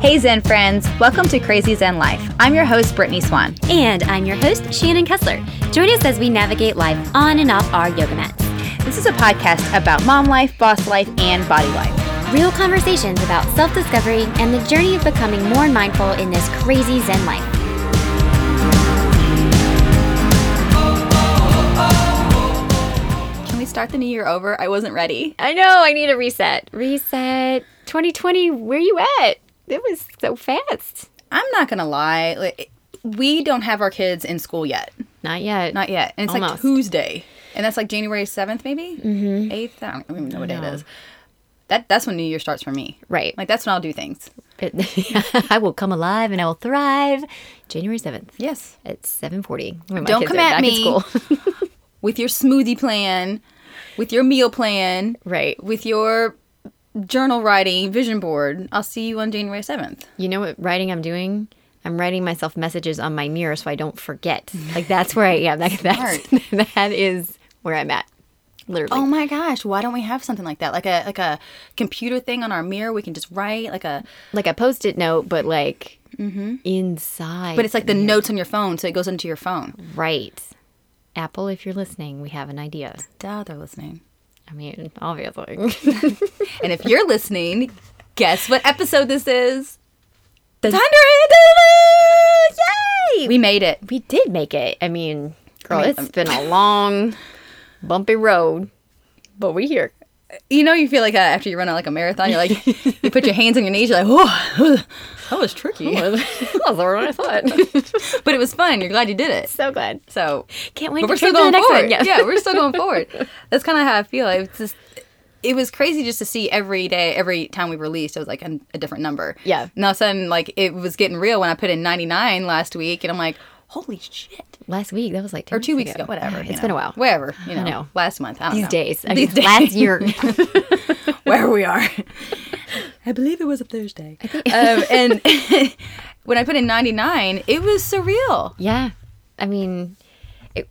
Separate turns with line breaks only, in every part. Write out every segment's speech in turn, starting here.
Hey, Zen friends. Welcome to Crazy Zen Life. I'm your host, Brittany Swan.
And I'm your host, Shannon Kessler. Join us as we navigate life on and off our yoga mats.
This is a podcast about mom life, boss life, and body life.
Real conversations about self discovery and the journey of becoming more mindful in this crazy Zen life.
Can we start the new year over? I wasn't ready.
I know, I need a reset. Reset 2020, where you at? It was so fast.
I'm not going to lie. like, We don't have our kids in school yet.
Not yet.
Not yet. And it's like
Almost.
Tuesday. And that's like January 7th, maybe? Mm-hmm. 8th? I don't even know what day it is. That, that's when New Year starts for me.
Right.
Like, that's when I'll do things.
I will come alive and I will thrive January 7th
Yes.
at 740. When my
Don't
kids
come
are
at
back
me.
In school.
With your smoothie plan, with your meal plan,
right.
with your journal writing vision board. I'll see you on January 7th.
You know what writing I'm doing? I'm writing myself messages on my mirror so I don't forget. Like that's where I am. Like that's, that is where I'm at. Literally.
Oh my gosh, why don't we have something like that? Like a like a computer thing on our mirror we can just write like a
Like a post-it note, but like inside.
Mm-hmm. but it's like the notes on your phone so it goes into your phone.
right. Apple, if you're listening, we have an idea.
Duh, they're listening.
I mean, obviously.
And if you're listening, guess what episode this is?
The-
100! Yay! We made it.
we did make it. I mean, girl,
I mean, um,
it's been a long, bumpy road, but we're here.
You know you feel like uh, after you run out like a marathon, you're like you put your hands on your knees, you're like, "Whoa, that was tricky."
that was harder than I thought.
But it was fun. You're glad you did it.
so glad.
So,
Can't wait
but
to
we're
try
still going
for the next
forward.
one.
Yeah. we're still going forward. That's kind of how I feel. It was just, it was crazy just to see every day, every time we released, it was like an, a different number.
Yeah.
And all of a sudden, like it was getting real when I put in 99 last week, and I'm like, holy shit.
Last week, that was like two
Or two weeks ago, whatever.
It's
It's
been a while.
Wherever, you know,
know.
last month. I don't
These
know.
days, I
These
mean,
days.
last year,
where we are. I believe it was a Thursday. um, and when I put in 99, it was surreal.
yeah. I mean, it,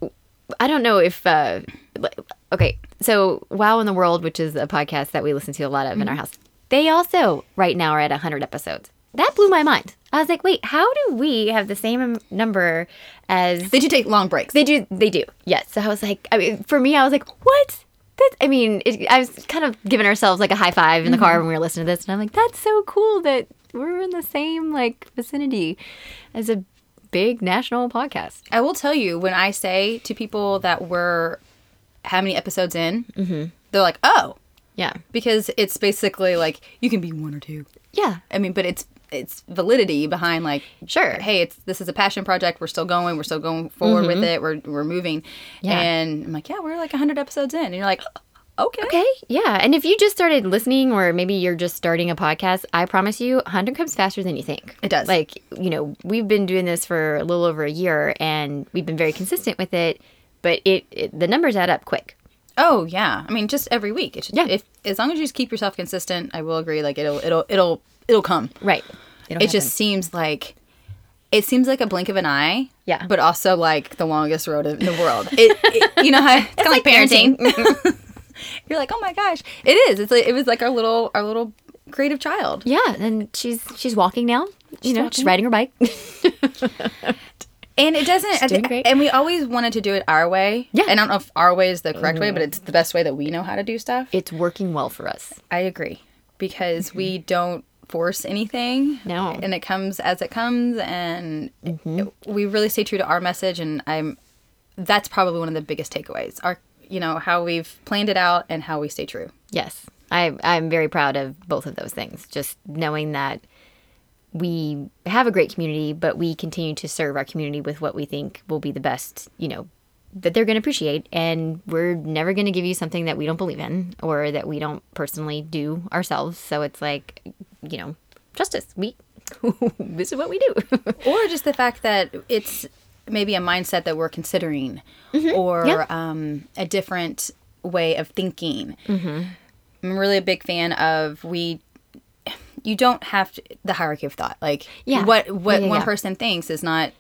I don't know if uh, li- okay. So, Wow in the World, which is a podcast that we listen to a lot of in
Mm-hmm.
our house, they also right now are at hundred episodes. That blew my mind. I was like, wait, how do we have the same am- number as
Did you take long breaks?
they do? They do, yes. So I was like, I mean, for me, I was like, what? That, I mean, it, I was kind of giving ourselves like a high five in the
Mm-hmm.
car when we were listening to this, and I'm like, that's so cool that we're in the same like vicinity as a big national podcast.
I will tell you when I say to people that we're how many episodes in, they're like, "Oh,"
Yeah,
because it's basically like you can be one or two.
yeah,
I mean, but it's it's validity behind like,
Sure.
hey, it's this is a passion project. We're still going. We're still going forward with it. We're we're moving.
Yeah.
And I'm like, Mm-hmm. yeah, we're like hundred episodes in, and you're like, okay,
okay, yeah. And if you just started listening, or maybe you're just starting a podcast, I promise you, hundred comes faster than you think.
It does.
Like you know, we've been doing this for a little over a year, and we've been very consistent with it, but it, it the numbers add up quick.
Oh yeah. I mean, just every week. It should,
Yeah.
If as long as you just keep yourself consistent, I will agree. Like it'll it'll it'll it'll come.
Right. It'll
it just seems like it seems like a blink of an eye.
Yeah.
But also like the longest road in the world. It, it- you know how it's, kind of like parenting.
Mm-hmm.
You're like, oh my gosh, it is. It's like, it was like our little our little creative child.
yeah, and she's she's walking now. you know,
walking.
she's riding her bike.
And it doesn't. I
doing
thi-
great.
And we always wanted to do it our way.
Yeah. Mm.
And I don't know if our way is the correct way, but it's the best way that we know how to do stuff.
it's working well for us.
I agree because we don't force anything.
No.
And it comes as it comes and we really stay true to our message and I'm that's probably one of the biggest takeaways. Our you know, how we've planned it out and how we stay true.
Yes, I I'm very proud of both of those things. Just knowing that we have a great community, but we continue to serve our community with what we think will be the best. You know. That they're going to appreciate, and we're never going to give you something that we don't believe in or that we don't personally do ourselves. So it's like, you know, justice. We, this is what we do.
Or just the fact that it's maybe a mindset that we're considering or
Mm-hmm. Yeah.
um, a different way of thinking.
Mm-hmm.
I'm really a big fan of we you don't have to, the hierarchy of thought. Like
Yeah.
what what
Yeah, yeah,
one
yeah.
person thinks is not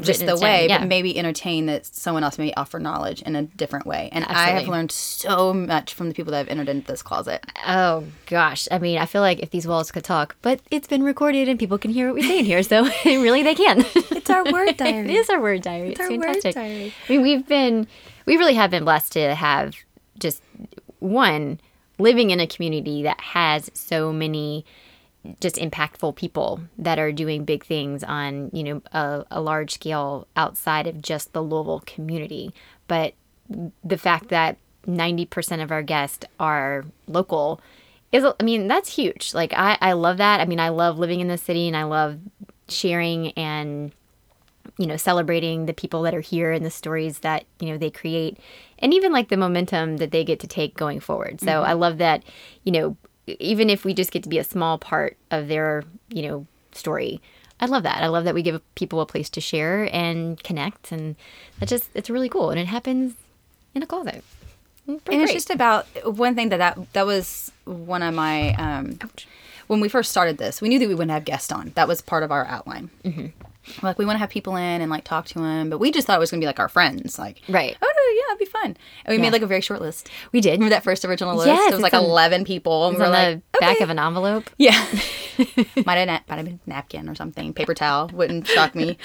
just
in
the
stone,
way,
yeah.
but maybe entertain that someone else may offer knowledge in a different way. And I have
Absolutely.
learned so much from the people that have entered into this closet.
Oh gosh, I mean, I feel like if these walls could talk, but it's been recorded and people can hear what we say in here, so really they can.
It's our word
it
diary.
is our word diary. It's,
our word
fantastic.
diary.
I mean, we've been, we really have been blessed to have just one living in a community that has so many just impactful people that are doing big things on you know a, a large scale outside of just the Louisville community, but the fact that 90% of our guests are local is i mean that's huge like I, I love that i mean i love living in the city and i love sharing and you know celebrating the people that are here and the stories that you know they create and even like the momentum that they get to take going forward so
Mm-hmm.
i love that you know even if we just get to be a small part of their you know story i love that i love that we give people a place to share and connect and that just it's really cool and it happens in a closet Mm, and
and it's just about uh, one thing that that, that was one of my um, when we first started this we knew that we wouldn't have guests on that was part of our outline
Mm-hmm.
like we want to have people in and like talk to them but we just thought it was going to be like our friends like
Right.
oh no yeah it'd be fun and we
Yeah.
made like a very short list
we did
remember that first original list
Yes,
it was
it's
like
on-
11 people and
It's
we
on
were
the
like
back
okay.
of an envelope
yeah might have, na- might have been napkin or something paper towel wouldn't shock me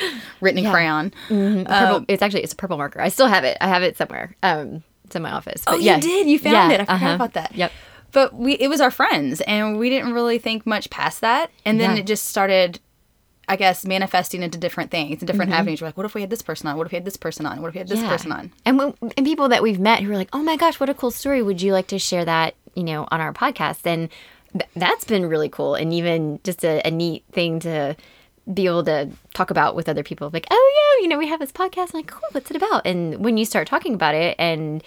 written in crayon Um,
purple, Um, it's actually it's a purple marker. I still have it. I have it somewhere. Um, it's in my office.
Oh,
But yeah.
you did. You found
Yeah,
it. I forgot
uh-huh.
about that.
Yep.
But we it was our friends, and we didn't really think much past that. And then
Yeah.
it just started, I guess, manifesting into different things and different avenues. We're like, what if we had this person on? What if we had this person on? What if we had this
Mm-hmm. Yeah.
person on?
and when, and people that we've met who are like, oh my gosh, what a cool story. Would you like to share that? You know, on our podcast, and th- that's been really cool, and even just a, a neat thing to be able to talk about with other people. Like, oh yeah, you know, we have this podcast. I'm like, cool. What's it about? And when you start talking about it, and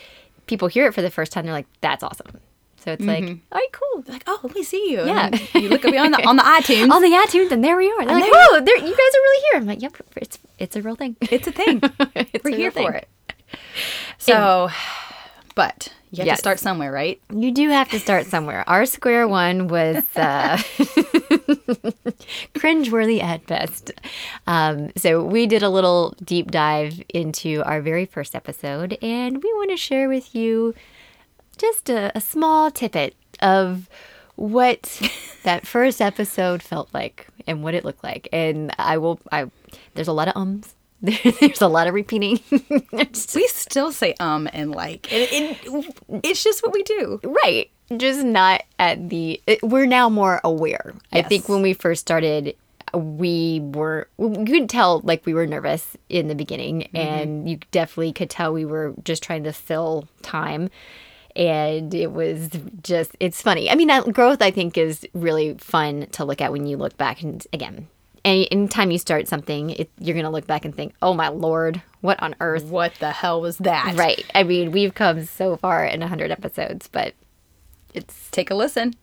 people hear it for the first time, they're like, that's awesome. So it's like, all right, cool.
Like, oh, let me see you. And
Yeah. Oh.
you look at me on the on the iTunes.
on the iTunes, and there we are. They're like,
there-
whoa, there, you guys are really here. I'm like, yep, it's it's a real thing.
it's a thing.
It's
We're
a
here
real
for it. So, but you have
Yes.
to start somewhere, right?
You do have to start somewhere. Our square one was uh, cringeworthy at best. Um, so we did a little deep dive into our very first episode, and we want to share with you just a, a small tippet of what that first episode felt like and what it looked like. And I will. I there's a lot of ums. There's a lot of repeating. There's-
We still say um and like, and it, it, it's just what we do.
Right. Just not at the. It, we're now more aware. I
Yes.
think when we first started, we were. You could tell like we were nervous in the beginning,
Mm-hmm.
and you definitely could tell we were just trying to fill time. And it was just, it's funny. I mean, I- growth, I think, is really fun to look at when you look back. And again, any, anytime you start something, it, you're going to look back and think, oh my Lord, what on earth
What the hell was that?
Right. I mean, we've come so far in 100 episodes, but it's.
Take a listen.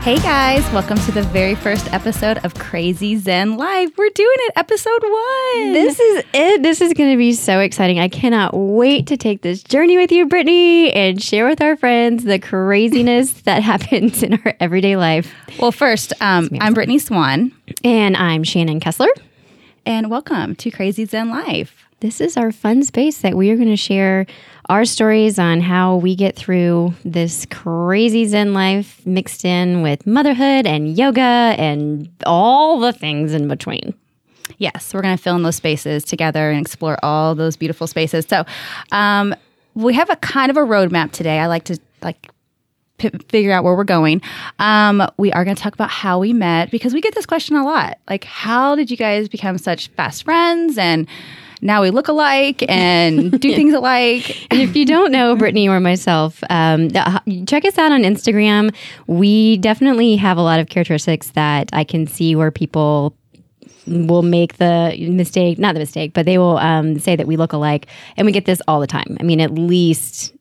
Hey guys, welcome to the very first episode of Crazy Zen Live. We're doing it, episode one.
is it. This is going to be so exciting. I cannot wait to take this journey with you, Brittany, and share with our friends the craziness that happens in our everyday life.
well, first, um, I'm Brittany Swan,
And I'm Shannon Kessler.
and welcome to Crazy Zen Live.
This is our fun space that we are going to share our stories on how we get through this crazy Zen life mixed in with motherhood and yoga and all the things in between.
Yes, we're going to fill in those spaces together and explore all those beautiful spaces. So, um, we have a kind of a roadmap today. I like to like p- figure out where we're going. Um, we are going to talk about how we met because we get this question a lot. Like, how did you guys become such fast friends? And now we look alike and do things alike.
And if you don't know Brittany or myself, um, the- check us out on Instagram. We definitely have a lot of characteristics that I can see where people will make the mistake, not the mistake, but they will um, say that we look alike. And we get this all the time. I mean, at least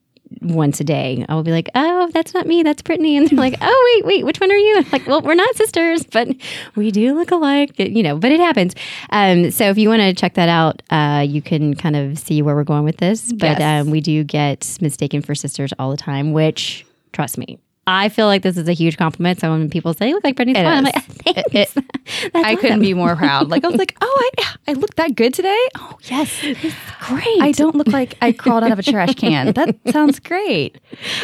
once a day, I will be like, oh, that's not me, that's Brittany. And they're like, oh, wait, wait, which one are you? And I'm like, well, we're not sisters, but we do look alike, you know, but it happens. Um, so if you want to check that out, uh, you can kind of see where we're going with this. But
Yes.
um, we do get mistaken for sisters all the time, which, trust me,
I feel like this is a huge compliment. So when people say you look like Brittany,
It
Swan, I'm
is.
like,
It-
thanks.
it- I couldn't be more proud. Like I was like, oh, I I look that good today. Oh yes,
great.
I don't look like I crawled out of a trash can. That sounds great.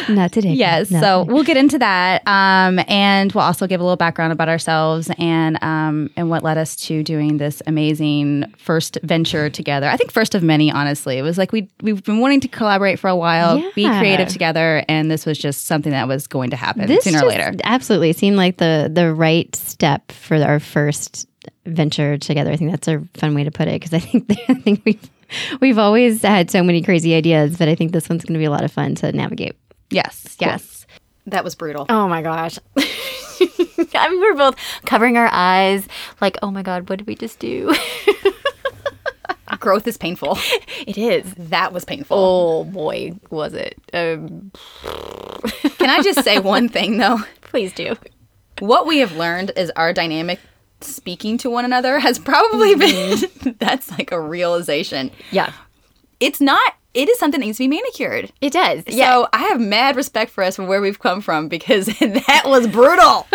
not today.
Yes.
No.
So we'll get into that, um, and we'll also give a little background about ourselves and um, and what led us to doing this amazing first venture together. I think first of many. Honestly, it was like we we've been wanting to collaborate for a while, be
Yeah.
creative together, and this was just something that was going to happen
this
sooner or
just
later.
absolutely seemed like the the right step for our first venture together. I think that's a fun way to put it because I think I think we have we've always had so many crazy ideas, but I think this one's going to be a lot of fun to navigate.
Yes. Yes.
That was brutal.
Oh my gosh. I mean, we're both covering our eyes, like, oh my God, what did we just do?
Growth is painful.
it is.
That was painful.
Oh boy, was it. Um,
Can I just say one thing though?
please do.
What we have learned is our dynamic speaking to one another has probably
Mm-hmm.
been that's like a realization.
Yeah.
It's not it is something that needs to be manicured.
It does. Yeah.
So I have mad respect for us for where we've come from because that was brutal.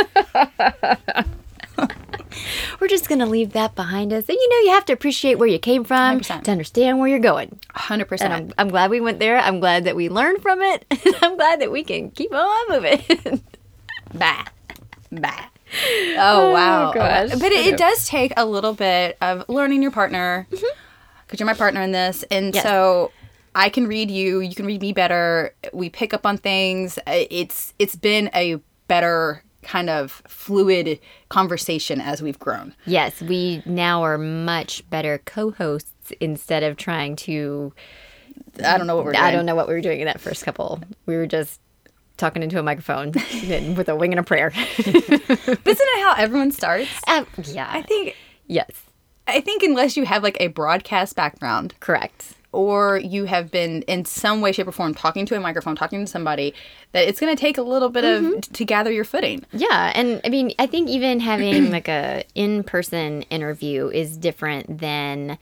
we're just going to leave that behind us. And you know, you have to appreciate where you came from
100%.
to understand where you're going.
Hundred
And
percent.
I'm, I'm glad we went there. I'm glad that we learned from it. And I'm glad that we can keep on moving.
Bah. Bah. Oh wow.
gosh.
But it, it does take a little bit of learning your partner. Because you're my partner in this. And
Yes.
so I can read you, you can read me better. We pick up on things. I- It's it's been a better kind of fluid conversation as we've grown.
yes, we now are much better co hosts instead of trying to
I don't know what we're doing.
I don't know what we were doing in that first couple. We were just talking into a microphone and with a wing and a prayer.
But isn't it how everyone starts?
Um, yeah.
I think
yes.
I think unless you have like a broadcast background,
Correct.
or you have been in some way shape or form talking to a microphone talking to somebody that it's going to take a little bit of t- to gather your footing
Yeah, and I mean, I think even having like a in-person interview is different than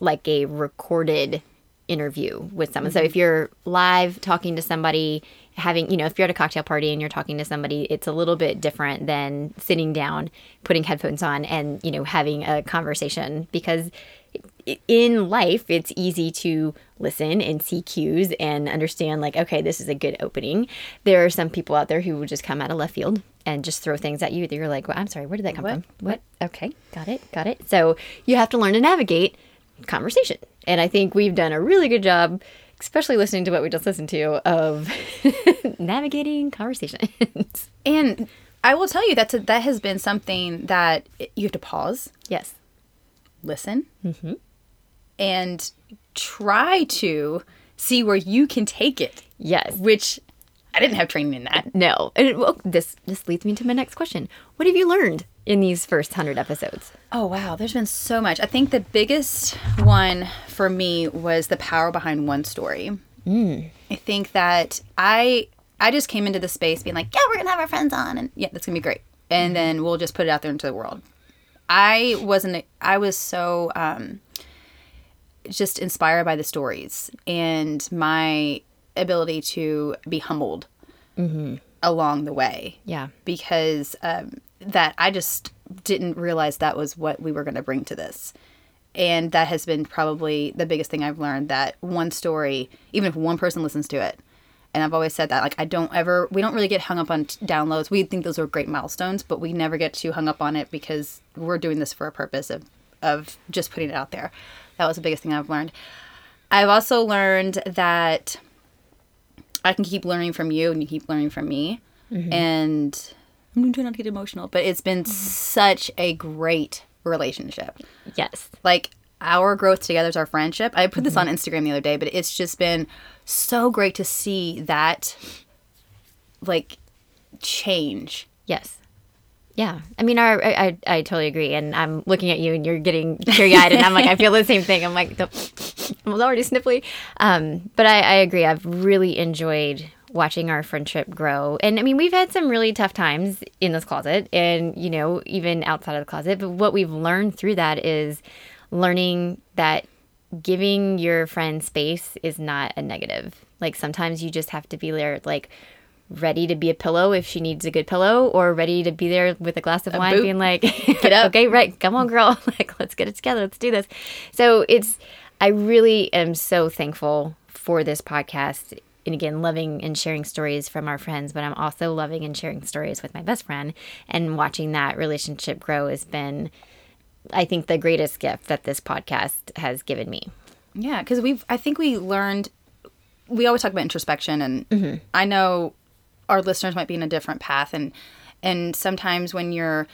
like a recorded interview with someone. So if you're live talking to somebody, having, you know, if you're at a cocktail party and you're talking to somebody, it's a little bit different than sitting down, putting headphones on and, you know, having a conversation because i- in life it's easy to listen and see cues and understand like okay this is a good opening there are some people out there who will just come out of left field and just throw things at you that you're like well i'm sorry where did that come from what okay got it got it so you have to learn to navigate conversation and i think we've done a really good job especially listening to what we just listened to of navigating conversations
and i will tell you that's a, that has been something that you have to pause
yes
listen and try to see where you can take it
yes
which i didn't have training in that
no and well, this this leads me to my next question what have you learned in these first 100 episodes
oh wow there's been so much i think the biggest one for me was the power behind one story I think that I I just came into the space being like, yeah, we're gonna have our friends on, and yeah, that's gonna be great, and then we'll just put it out there into the world. I wasn't. I was so um, just inspired by the stories and my ability to be humbled along the way.
Yeah.
because um, that I just didn't realize that was what we were gonna bring to this. And that has been probably the biggest thing I've learned that one story, even if one person listens to it, and I've always said that, like, I don't ever, we don't really get hung up on t- downloads. We think those are great milestones, but we never get too hung up on it because we're doing this for a purpose of, of just putting it out there. That was the biggest thing I've learned. I've also learned that I can keep learning from you and you keep learning from me. And Mm-hmm. I'm trying not to get emotional, but it's been such a great relationship
Yes.
like our growth together is our friendship. I put this on Instagram the other day, but it's just been so great to see that like change.
Yes. Yeah. I mean, our, I, I, I totally agree. And I'm looking at you and you're getting teary eyed. and I'm like, I feel the same thing. I'm like, the, I was already sniffly. Um, but I, I agree. I've really enjoyed watching our friendship grow. And I mean, we've had some really tough times in this closet and, you know, even outside of the closet. But what we've learned through that is learning that giving your friend space is not a negative. Like sometimes you just have to be there, like, ready to be a pillow if she needs a good pillow or ready to be there with a glass of wine
boot.
being like get up okay right come on girl like let's get it together let's do this so it's i really am so thankful for this podcast and again loving and sharing stories from our friends but i'm also loving and sharing stories with my best friend and watching that relationship grow has been i think the greatest gift that this podcast has given me
Yeah, because we've I think we learned we always talk about introspection, and I know our listeners might be in a different path, and and sometimes when you're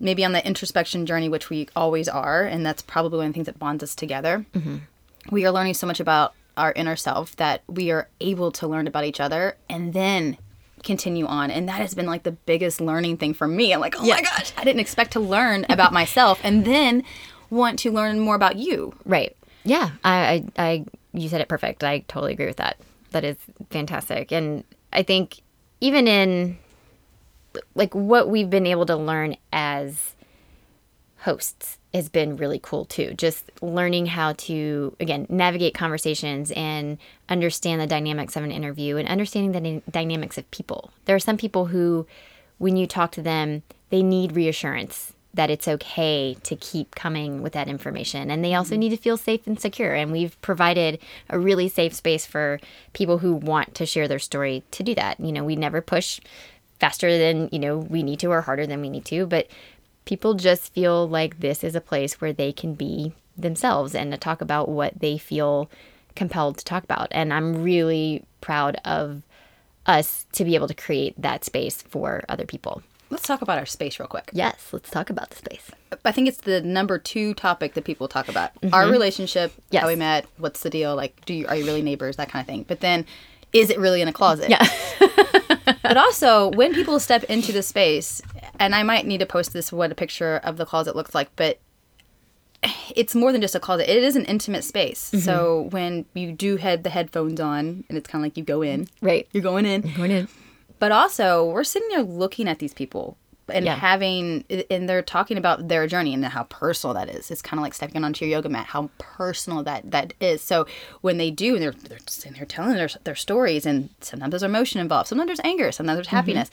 maybe on the introspection journey, which we always are, and that's probably one of the things that bonds us together. We are learning so much about our inner self that we are able to learn about each other, and then continue on and that has been like the biggest learning thing for me i'm like oh my gosh i didn't expect to learn about myself and then want to learn more about you
Right. Yeah. I, I, I, you said it perfect. I totally agree with that. That is fantastic. And I think even in like what we've been able to learn as hosts has been really cool too. Just learning how to, again, navigate conversations and understand the dynamics of an interview and understanding the dyna- dynamics of people. There are some people who, when you talk to them, they need reassurance that it's okay to keep coming with that information. And they also need to feel safe and secure. And we've provided a really safe space for people who want to share their story to do that. You know, we never push faster than you know we need to or harder than we need to but people just feel like this is a place where they can be themselves and to talk about what they feel compelled to talk about and i'm really proud of us to be able to create that space for other people
let's talk about our space real quick
yes let's talk about the space
I think it's the number two topic that people talk about: our relationship,
Mm-hmm. Yes.
how we met, what's the deal, like, do you are you really neighbors, that kind of thing. But then, is it really in a closet? Yeah. but also, when people step into the space, and I might need to post this what a picture of the closet looks like, but it's more than just a closet. It is an intimate space.
Mm-hmm.
So when you do have the headphones on, and it's kind of like you go in,
right
you're going in but also we're sitting there looking at these people and
Yeah.
having and they're talking about their journey and how personal that is it's kind of like stepping onto your yoga mat how personal that that is so when they do they're they're sitting there telling their, their stories and sometimes there's emotion involved sometimes there's anger sometimes
Mm-hmm.
there's happiness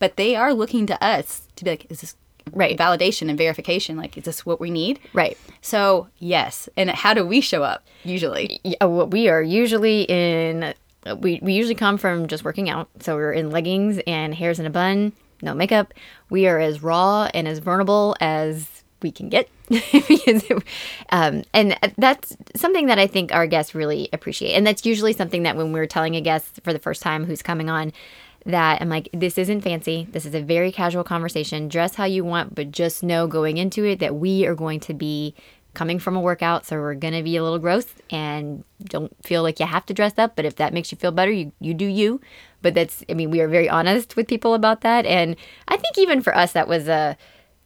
but they are looking to us to be like is this
Right.
validation and verification like is this what we need
right
so yes and how do we show up usually
yeah, well, uh, we are usually in uh, we, we usually come from just working out so we're in leggings and hairs in a bun no makeup we are as raw and as vulnerable as we can get because um, and that's something that i think our guests really appreciate and that's usually something that when we're telling a guest for the first time who's coming on that i'm like this isn't fancy this is a very casual conversation dress how you want but just know going into it that we are going to be coming from a workout, so we're gonna be a little gross and don't feel like you have to dress up. But if that makes you feel better, you you do you. But that's I mean, we are very honest with people about that, and I think even for us that was a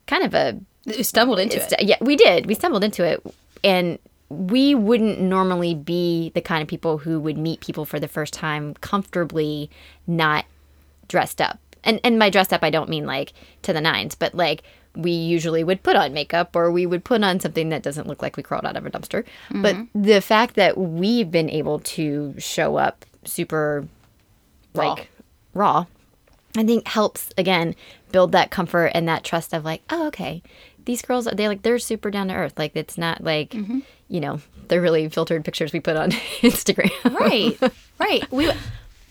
kind of a
you stumbled into it
st- yeah we did we stumbled into it and we wouldn't normally be the kind of people who would meet people for the first time comfortably not dressed up and and by dressed up i don't mean like to the nines but like we usually would put on makeup or we would put on something that doesn't look like we crawled out of a dumpster
Mm-hmm.
but the fact that we've been able to show up super like raw I think helps again build that comfort and that trust of like, oh, okay, these girls they like they're super down to earth. Like it's not like you know they're really filtered pictures we put on Instagram.
right right we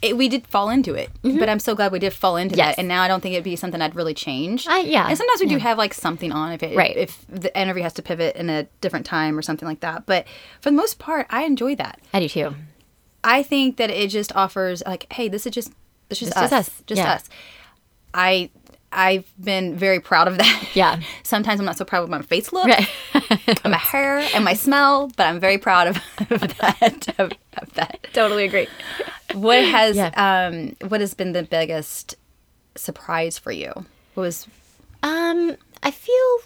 it, we did fall into it but i'm so glad we did fall into
Mm-hmm. Yes.
that and now i don't think it'd be something i'd really change
I- yeah.
and sometimes we do have like something on if it
Right.
if the interview has to pivot in a different time or something like that but for the most part i enjoy that
I do too.
i think that it just offers like hey this is just this is
This
us
is us.
just
Yeah.
us i i've been very proud of that
Yeah.
sometimes i'm not so proud of my face look
Right.
and my hair and my smell but i'm very proud of, of that of, of that
totally agree.
what has
Yeah.
um what has been the biggest surprise for you? What was
Um, I feel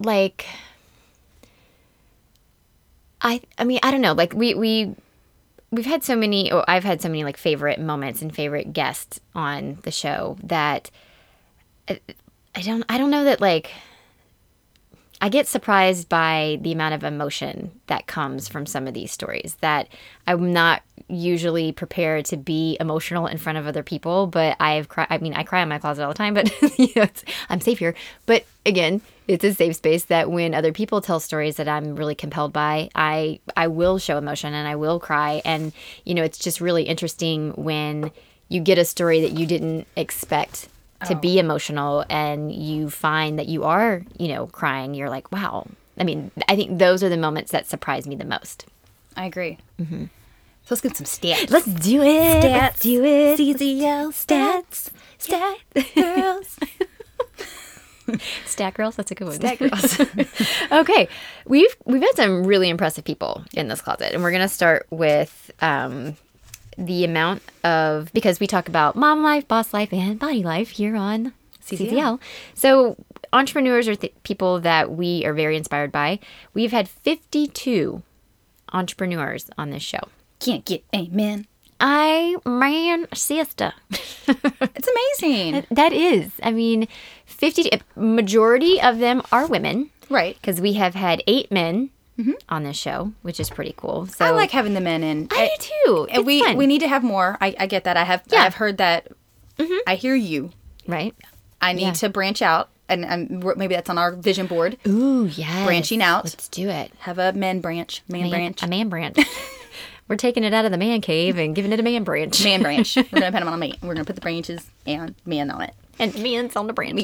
like I I mean, I don't know. Like we we we've had so many or I've had so many like favorite moments and favorite guests on the uh, show that I, I don't I don't know that like I get surprised by the amount of emotion that comes from some of these stories that I'm not usually prepared to be emotional in front of other people, but I've cried. I mean, I cry in my closet all the time, but you know, it's, I'm safe here. But again, it's a safe space that when other people tell stories that I'm really compelled by, I I will show emotion and I will cry, and you know, it's just really interesting when you get a story that you didn't expect to be emotional and you find that you are, you know, crying, you're like, wow. I mean, I think those are the moments that surprise me the most.
I agree. Mm-hmm. So let's get some stats.
Let's do it. Let's do it.
CZL stats. Stat girls.
Stack girls, that's a good one.
Stat girls.
okay, we've we've had some really impressive people in this closet, and we're gonna start with um, the amount of because we talk about mom life, boss life, and body life here on CCL. So entrepreneurs are th- people that we are very inspired by. We've had fifty-two entrepreneurs on this show.
Can't get amen.
I man, siesta.
It's amazing.
that is, I mean, fifty eh, majority of them are women.
Right.
because we have had eight men on this show, which is pretty cool. So eh,
I like having the men in.
I do too.
And
It's
we
fun.
we need to have more. I, I get that. I have
Yeah.
I've heard that. I hear you.
right.
I need to branch out, and, and we're- maybe that's on our vision board.
Ooh yeah,
Branching out.
Let's do it.
Have a men branch, man,
Man-
branch,
a man branch. We're taking it out of the man cave and giving it a man branch.
man branch. We're gonna put them on a man. We're gonna put the branches and man on it.
And man's on the branch.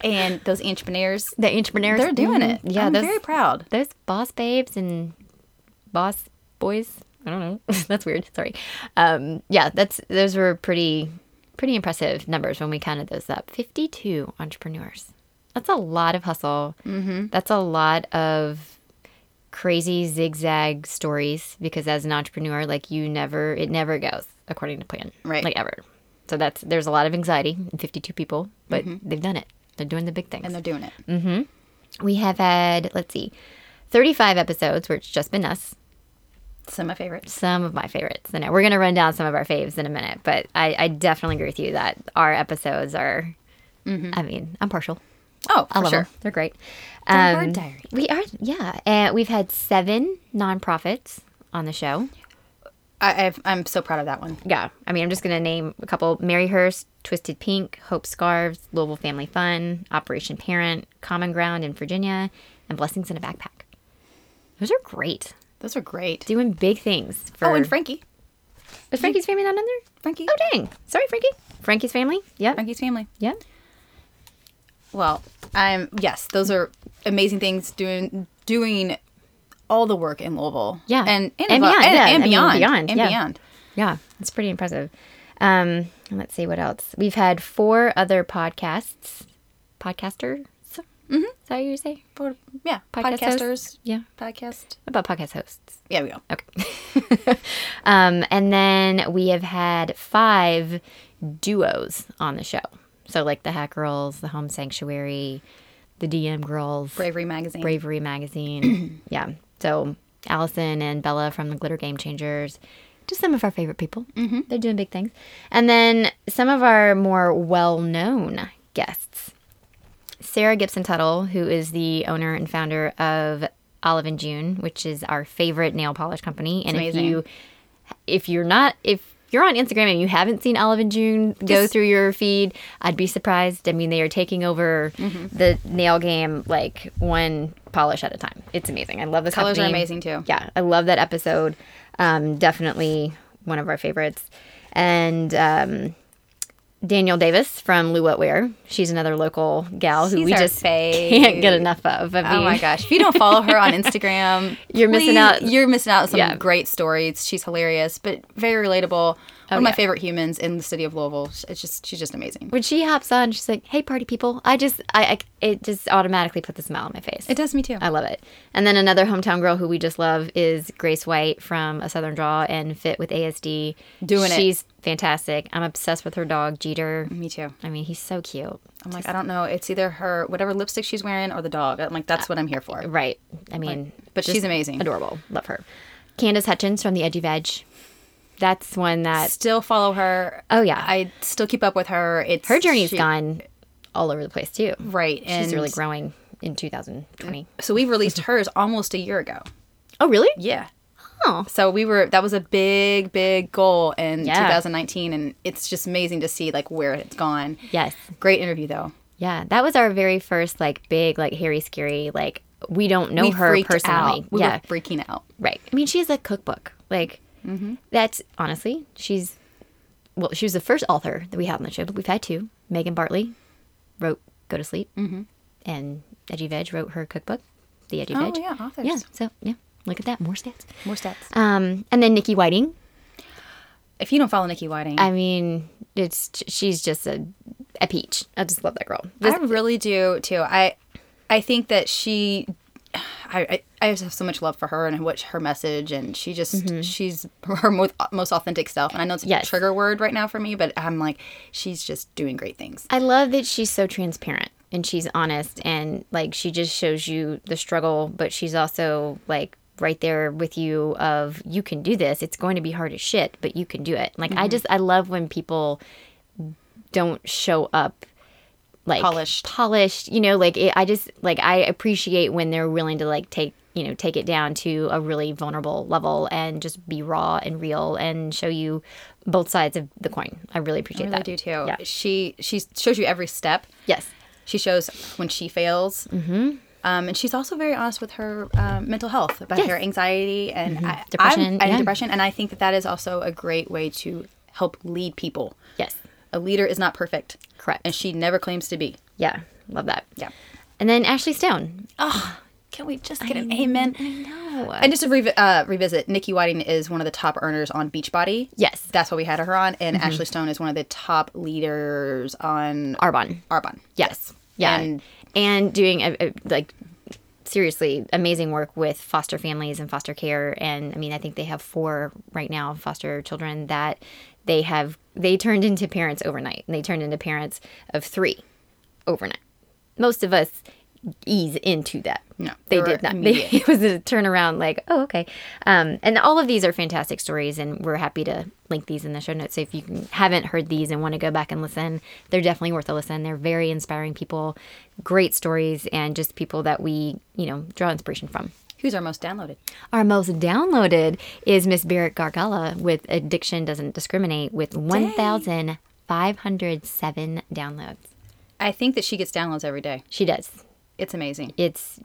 And those entrepreneurs,
The entrepreneurs
they're doing it.
Mhm. Yeah,
I'm
those
very proud.
those boss babes and boss boys. I don't know. that's weird. Sorry. Um, yeah, that's those were pretty pretty impressive numbers when we counted those up. Fifty two entrepreneurs. That's a lot of hustle. Mm-hmm. That's a lot of crazy zigzag stories because as an entrepreneur, like you never it never goes according to plan,
Right.
Like ever. So that's there's a lot of anxiety in fifty two people, but they've done it. They're doing the big things.
And they're doing it.
We have had, let's see, 35 episodes where it's just been us.
Some of my favorites.
Some of my favorites. I know we're going to run down some of our faves in a minute, but I, I definitely agree with you that our episodes are, I mean, I'm partial.
Oh,
I
for
love
sure.
them. They're great. Um,
They're word diary.
We are, yeah. And we've had seven nonprofits on the show.
I, I've, I'm so proud of that one.
Yeah. I mean, I'm just going to name a couple Mary Hurst, Twisted Pink, Hope Scarves, Louisville Family Fun, Operation Parent, Common Ground in Virginia, and Blessings in a Backpack. Those are great.
Those are great.
doing big things for
Oh, and Frankie.
was Frankie's family not on there?
Frankie.
Oh dang. Sorry, Frankie. Frankie's family? Yep.
Frankie's family.
Yep.
Well, I'm yes, those are amazing things doing doing all the work in Louisville.
Yeah.
And and,
And
above-
beyond,
and,
yeah. I
and
mean,
beyond.
beyond,
And
yeah.
beyond.
Yeah. It's pretty impressive. Um and let's see what else. We've had four other podcasts. Podcasters? Mm-hmm. Is that what you say?
For- yeah.
Podcast
Podcasters.
hosts? Yeah.
Podcast.
What about podcast hosts?
Yeah, we go.
Okay. um, and then we have had five duos on the show. So like the Hack Girls, the Home Sanctuary, the DM Girls,
Bravery magazine.
Bravery magazine. yeah. So Allison and Bella from the Glitter Game Changers, just some of our favorite people. Mm-hmm. They're doing big things. And then some of our more well known guests Sarah Gibson Tuttle, who is the owner and founder of Olive and June, which is our favorite nail polish company. And if
amazing.
you if you're not if you're on Instagram and you haven't seen Olive and June go through your feed, I'd be surprised. I mean, they are taking over
Mm-hmm.
the nail game like one polish at a time. It's amazing. I love this.
Colors are
company.
amazing, too.
Yeah, I love that episode. Um, definitely one of our favorites. And um, Daniel Davis from Lou What Wear. She's another local gal who
She's
we
our
just
fave.
can't get enough of. I mean,
Oh my gosh. If you don't follow her on Instagram,
You're missing
please-
out.
You're missing out on some
Yeah. Oh,
great stories. She's hilarious, but very relatable. One of my
yeah.
favorite humans in the city of Louisville. It's just she's just amazing.
When she hops on, she's like, "Hey, party people!" I just, I, I it just automatically put the smile on my face.
It does me too.
I love it. And then another hometown girl who we just love is Grace White from A Southern Draw and Fit with ASD.
Doing it. Mm-hmm.
She's fantastic. I'm obsessed with her dog, Jeter.
me too.
I mean, he's so cute.
I'm like, I don't know. It's either her, whatever lipstick she's wearing, or the dog. I'm like,
Uh,
that's what I'm here for.
Right. I mean,
But
just
she's amazing.
Adorable. Love her. Candace Hutchins from The Edgy Veg. That's one that
Still follow her.
Oh, yeah.
I still keep up with her. It's
her journey's
she-
gone all over the place, too.
right.
She's
and
really growing in 2020.
So we released hers almost a year ago.
Oh, really?
Yeah.
Oh.
So we were that was a big big goal in
Yeah.
2019 and it's just amazing to see like where it's gone.
Yes.
Great interview though.
Yeah, that was our very first like big like hairy scary like we don't know
we
Oh, her
freaked
personally.
out. We
yeah,
were freaking out.
right. I mean, she's a cookbook. Like
Mm-hmm.
that's honestly, she's well, she was the first author that we had on the show, but we've had two. Megan Bartley wrote "Go to Sleep,"
Mm-hmm.
and Edgy Veg wrote her cookbook, "The Edgy
Oh,
Veg."
yeah, authors.
Yeah, so yeah, look at that, more stats.
More stats.
Um, and then Nikki Whiting.
If you don't follow Nikki Whiting,
I mean, it's she's just a a peach. I just love that girl.
I really do too. I I think that she I, I I just have so much love for her and what her message and she just she's her most, most authentic self and I know it's a
Mm-hmm. Yes.
trigger word right now for me but I'm like she's just doing great things.
I love that she's so transparent and she's honest and like she just shows you the struggle, but she's also like right there with you of you can do this. It's going to be hard as shit, but you can do it. Like
Mm-hmm.
I just I love when people don't show up like
Polished.
polished, you know, like it, I just like I appreciate when they're willing to like take, you know, take it down to a really vulnerable level and just be raw and real and show you both sides of the coin. I really appreciate
I really
that.
do too.
Yeah.
She she shows you every step.
Yes.
She shows when she fails. Mm-hmm. Um, and she's also very honest with her um, mental health about her anxiety and I- I'm-
Mm-hmm. Depression,
and
yeah.
depression. And I think that that is also a great way to help lead people.
Yes.
A leader is not perfect.
Correct.
And she never claims to be.
Yeah, love that.
Yeah.
And then Ashley Stone.
Can we just get an amen?
No.
And just to revi- uh, revisit, Nikki Whiting is one of the top earners on Beachbody.
Yes.
That's what we had her on. And Ashley Stone is one of the top leaders on
Arbonne.
Arbonne.
Yes. Yeah.
And-
And, doing a, a, like seriously amazing work with foster families and foster care and I mean I think they have four right now foster children that they have they turned into parents overnight and they turned into parents of 3 overnight. Most of us ease into that.
No,
they
they were
did not. They,
immediate.
it was a turnaround, like, oh, okay. Um, and all of these are fantastic stories, and we're happy to link these in the show notes. So if you can, haven't heard these and want to go back and listen, they're definitely worth a listen. They're very inspiring people, great stories, and just people that we, you know, draw inspiration from.
Who's our most downloaded?
Our most downloaded is Miss Barrett Gargala with Addiction Doesn't Discriminate with 1,507 downloads.
I think that she gets downloads every day.
She does.
It's amazing.
It's.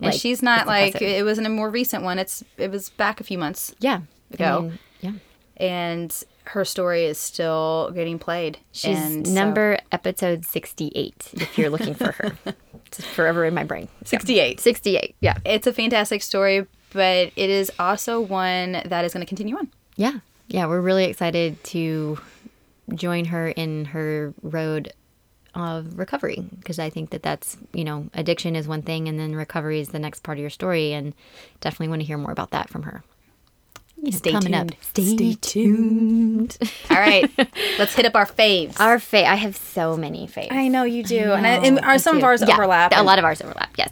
and she's not like
impressive.
it wasn't a more recent one. It's it was back a few months
Yeah.
ago.
yeah.
and her story is still getting played.
She's
and so-
number episode 68 if you're looking for her. it's forever in my brain. So,
68.
68. Yeah.
It's a fantastic story, but it is also one that is going to continue on.
Yeah. Yeah, we're really excited to join her in her road of recovery because I think that that's, you know, addiction is one thing and then recovery is the next part of your story and definitely want to hear more about that from her.
Stay
Coming
tuned.
up. Stay, tuned.
All right, let's hit up our faves.
Our fa- I have so many faves.
I know you do, and, I, and our, some of
do.
ours
Yeah,
overlap.
A lot of ours overlap. Yes.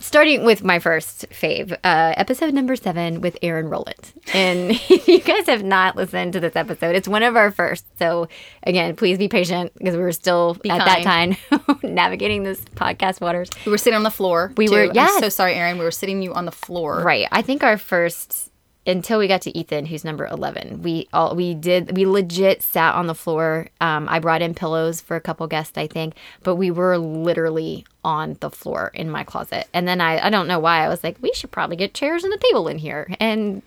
Starting with my first fave, uh, episode number seven with Aaron Rowland. And if you guys have not listened to this episode, it's one of our first. So, again, please be patient because we were still at that time navigating this podcast waters.
we were sitting on the floor.
We
too.
were-
I'm
yes.
so sorry, Erin. We were sitting you on the floor.
Right. I think our first until we got to Ethan, who's number eleven, we all we did we legit sat on the floor. Um, I brought in pillows for a couple guests, I think, but we were literally on the floor in my closet. And then I I don't know why I was like, we should probably get chairs and a table in here. And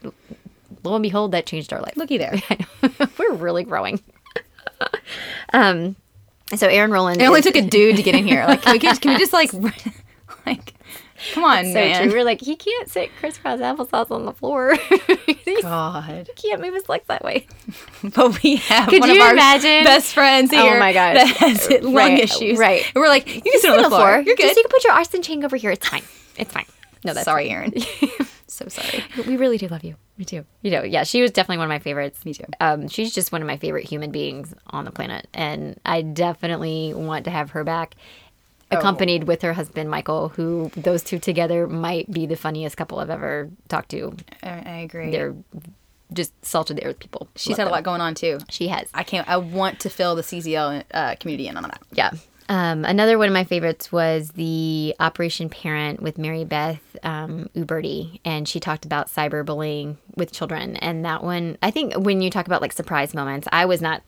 lo and behold, that changed our life.
Looky there.
we're really growing. um, so Aaron Roland
It only
is-
took a dude to get in here. Like, can we, can, can we just like, like, come on,
so
man.
true. We're like, he can't sit crisscross applesauce on the floor. he
God.
can't move his legs that way.
But we have
Could
one
you
of our
imagine?
best friends
Oh
here.
my gosh.
that has lung
Right,
issues.
right.
and we're like, you can sit on the floor. You're good.
Just you can put your arson chain over here. It's fine. It's fine. No, that's
sorry, Aaron. so sorry.
We really do love you. Me too. You know, yeah, she was definitely one of my favorites.
Me too.
Um, she's just one of my favorite human beings on the planet, and I definitely want to have her back,
Oh.
accompanied with her husband Michael, who those two together might be the funniest couple I've ever talked to.
I, I agree.
They're just salt of the earth people.
She's
Love
had a
them.
lot going on too.
She has.
I can't. I want to fill the CZL uh, community in on that.
Yeah. Um, another one of my favorites was the Operation Parent with Mary Beth um, Uberti, and she talked about cyberbullying with children. And that one, I think, when you talk about like surprise moments, I was not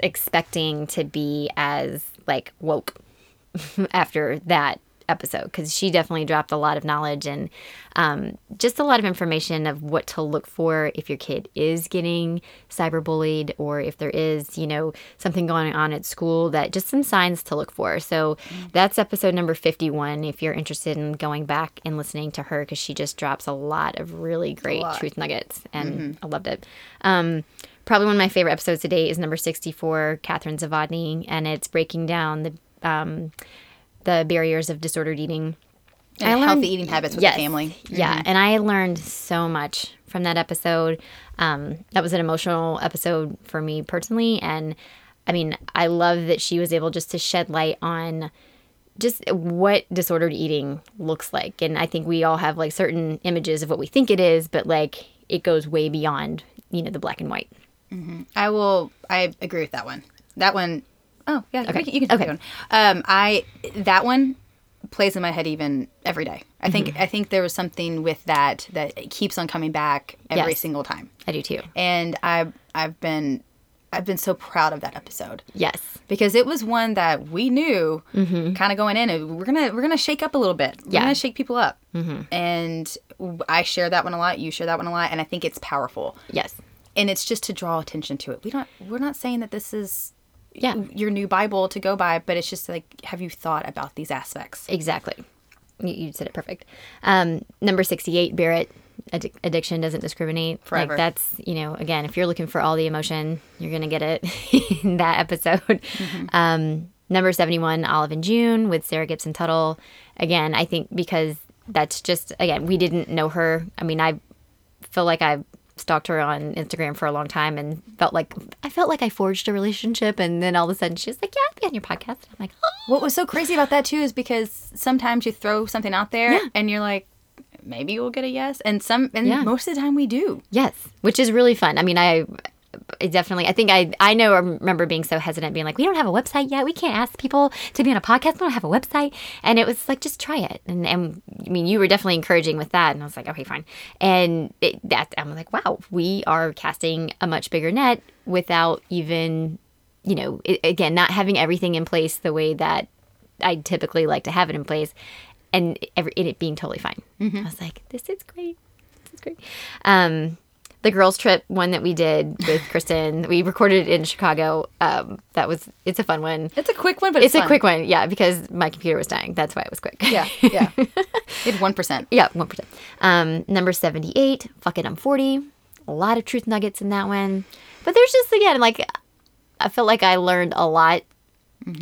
expecting to be as like woke after that episode because she definitely dropped a lot of knowledge and um, just a lot of information of what to look for if your kid is getting cyberbullied or if there is you know something going on at school that just some signs to look for so that's episode number 51 if you're interested in going back and listening to her because she just drops a lot Mm-hmm. of really great truth nuggets and i loved it um, probably one of my favorite episodes today is number 64 catherine zavodny and it's breaking down the um, the barriers of disordered eating.
And healthy eating habits with
Yes.
the family. Mm-hmm.
Yeah, and I learned so much from that episode. Um, that was an emotional episode for me personally, and I mean, I love that she was able just to shed light on just what disordered eating looks like. And I think we all have like certain images of what we think it is, but like it goes way beyond you know the black and white.
I will. I agree with that one. That one oh yeah. Okay. You can do that one. Um, I that one plays in my head even every day. I think I think there was something with that that it keeps on coming back every
Yes.
single time.
I do too.
And I I've been I've been so proud of that episode
Yes.
because it was one that we knew kind of going in and we're gonna we're gonna shake up a little bit we're
Yeah.
gonna shake people up and w- i share that one a lot you share that one a lot and i think it's powerful
Yes.
and it's just to draw attention to it we don't we're not saying that this is
Yeah.
your new bible to go by but it's just like have you thought about these aspects
Exactly. You, you said it perfect. Um, number 68, Barrett, addic- addiction doesn't discriminate.
Forever.
Like that's, you know, again, if you're looking for all the emotion, you're going to get it in that episode. Um, number 71, Olive and June with Sarah Gibson Tuttle. Again, I think because that's just, again, we didn't know her. I mean, I feel like I stalked her on Instagram for a long time and felt like I felt like I forged a relationship and then all of a sudden she's like, Yeah, I'll be on your podcast. And I'm like, Oh
what was so crazy about that too is because sometimes you throw something out there and you're like maybe we'll get a yes and some and
Yeah.
most of the time we do
Yes, which is really fun. I mean, I, I definitely, I think I, I know, I remember being so hesitant, being like, we don't have a website yet. We can't ask people to be on a podcast. We don't have a website. And it was like, just try it. And, and I mean, you were definitely encouraging with that. And I was like, okay, fine. And it, that, I'm like, wow, we are casting a much bigger net without even, you know, i again, not having everything in place the way that I typically like to have it in place. And, every, and it being totally fine. I was like, this is great. That's great. Um, the girls trip one that we did with Kristen, we recorded it in Chicago. Um, that was it's a fun one.
it's a quick one but it's,
It's, a
fun.
quick one, yeah, because my computer was dying. That's why it was quick.
yeah yeah it's one percent
yeah, one percent. Um, number seventy-eight. Fuck it, I'm forty. A lot of truth nuggets in that one, but there's just again like I felt like I learned a lot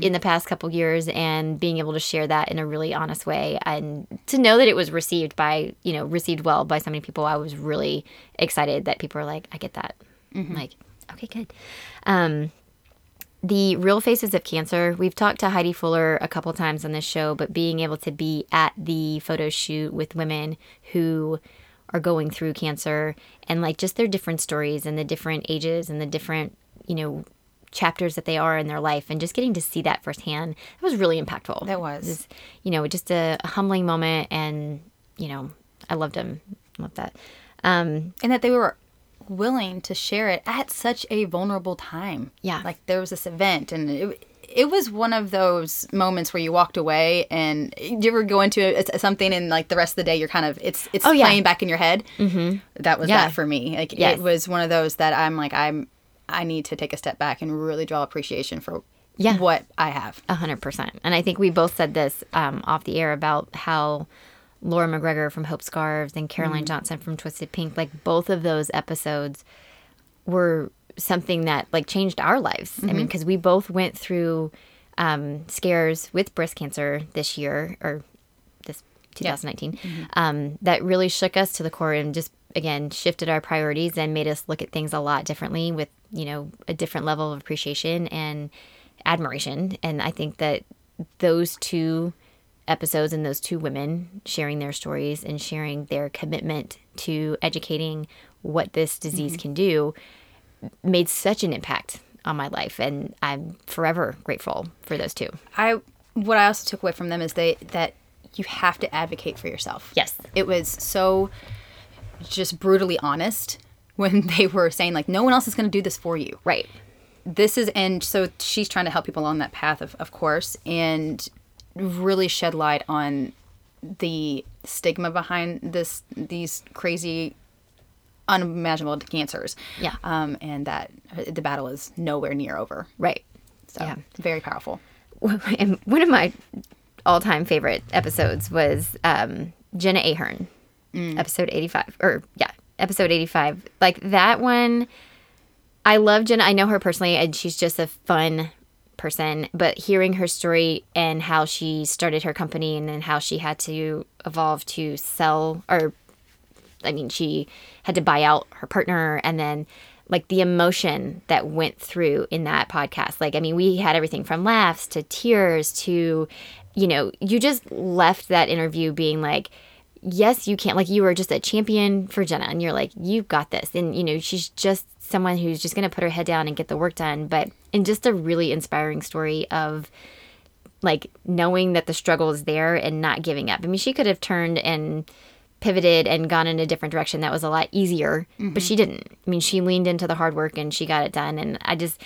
in the past couple years and being able to share that in a really honest way and to know that it was received by you know received well by so many people i was really excited that people were like i get that I'm like okay good um the real faces of cancer we've talked to heidi fuller a couple times on this show but being able to be at the photo shoot with women who are going through cancer and like just their different stories and the different ages and the different you know chapters that they are in their life and just getting to see that firsthand it was really impactful
That was.
It you know just a humbling moment and you know i loved him loved that um
and that they were willing to share it at such a vulnerable time.
Yeah.
Like there was this event and it, it was one of those moments where you walked away and you ever go into a- something and like the rest of the day you're kind of it's it's
Oh, yeah.
playing back in your head. Mm-hmm. That was
Yeah.
that for me. Like
Yes.
it was one of those that I'm like I'm I need to take a step back and really draw appreciation for
Yeah.
what I have.
A hundred percent. And I think we both said this um, off the air about how Laura McGregor from Hope Scarves and Caroline Johnson from Twisted Pink, like both of those episodes were something that like changed our lives. I mean, because we both went through um, scares with breast cancer this year or this 2019 um, that really shook us to the core and just again shifted our priorities and made us look at things a lot differently with you know a different level of appreciation and admiration and i think that those two episodes and those two women sharing their stories and sharing their commitment to educating what this disease can do made such an impact on my life and i'm forever grateful for those two
I what I also took away from them is they that you have to advocate for yourself.
Yes.
It was so just brutally honest when they were saying like no one else is going to do this for you.
Right.
This is and so she's trying to help people along that path of of course and really shed light on the stigma behind this these crazy unimaginable cancers.
Yeah.
Um and that the battle is nowhere near over.
Right.
So
Yeah.
very powerful.
and one of my all-time favorite episodes was um, Jenna Ahern, episode eighty-five, or yeah, episode eighty-five. Like that one, I love Jenna. I know her personally, and she's just a fun person. But hearing her story and how she started her company, and then how she had to evolve to sell or I mean, she had to buy out her partner and then like the emotion that went through in that podcast. Like, I mean, we had everything from laughs to tears to, you know, you just left that interview being like, yes, you can. Like, you were just a champion for Jenna and you're like, you got this. And, you know, she's just someone who's just going to put her head down and get the work done. But, and just a really inspiring story of, like knowing that the struggle is there and not giving up. I mean, she could have turned and pivoted and gone in a different direction that was a lot easier, but she didn't. I mean, she leaned into the hard work and she got it done. And I just,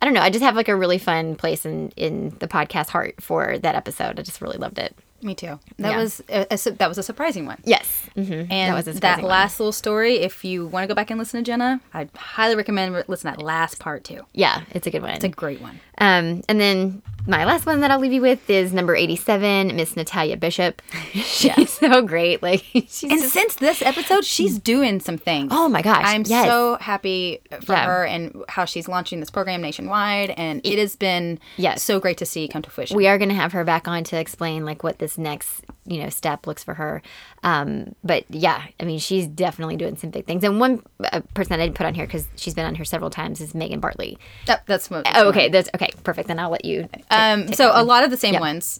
I don't know, I just have like a really fun place in in the podcast heart for that episode. I just really loved it.
Me too. That
Yeah.
was a, a su- that was a surprising one.
Yes. Mm-hmm.
And
was a
that,
surprising one.
last little story, if you want to go back and listen to Jenna, I'd highly recommend re- listen to that last part too.
Yeah, it's a good one.
It's a great one.
Um, and then my last one that I'll leave you with is number 87, Miss Natalia Bishop. She's so great. Like, she's
And since this episode, she's doing some things.
Mm-hmm. Oh my gosh,
I'm
yes.
so happy for
Yeah.
her and how she's launching this program nationwide, and it has been
Yes.
so great to see come to fruition.
we are going to have her back on to explain like what this next you know step looks for her um but yeah i mean she's definitely doing some big things and one uh, person that i didn't put on here because she's been on here several times is megan bartley
That- that's what.
oh okay that's okay perfect then i'll let you uh,
Um, so a lot of the same ones.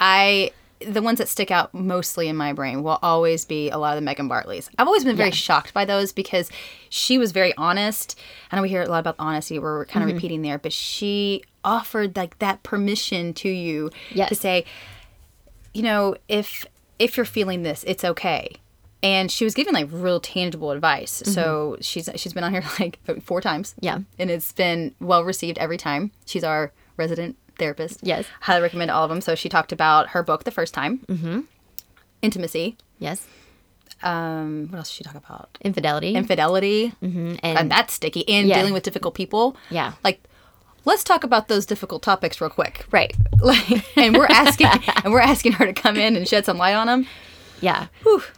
I the ones that stick out mostly in my brain will always be a lot of the Megan Bartleys. I've always been very shocked by those because she was very honest. I know we hear a lot about honesty. We're kind of repeating there, but she offered like that permission to you to
Yes.
say, you know, if if you're feeling this, it's okay. And she was giving like real tangible advice. So she's she's been on here like four times.
Mm-hmm. Yeah.
And it's been well received every time. She's our resident therapist.
Yes.
Highly recommend all of them. So she talked about her book the first time. Mm-hmm. Intimacy.
yes
Um, what else did she talk about?
infidelity
Infidelity.
Mhm.
And,
and,
that's sticky. And
Yeah.
dealing with difficult people.
Yeah.
Like, let's talk about those difficult topics real quick.
right
Like, and we're asking and we're asking her to come in and shed some light on them.
yeah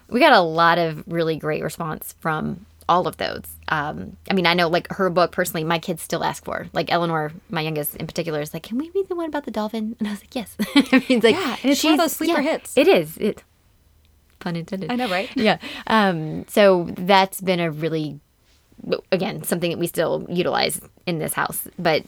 we got a lot of really great response from all of those um i mean i know like her book personally my kids still ask for like eleanor my youngest in particular is like can we read the one about the dolphin and i was like yes i mean it's like
Yeah, and it's one of
she's-
those sleeper hits.
it is it pun intended
I know, right?
yeah um so that's been a really again something that we still utilize in this house but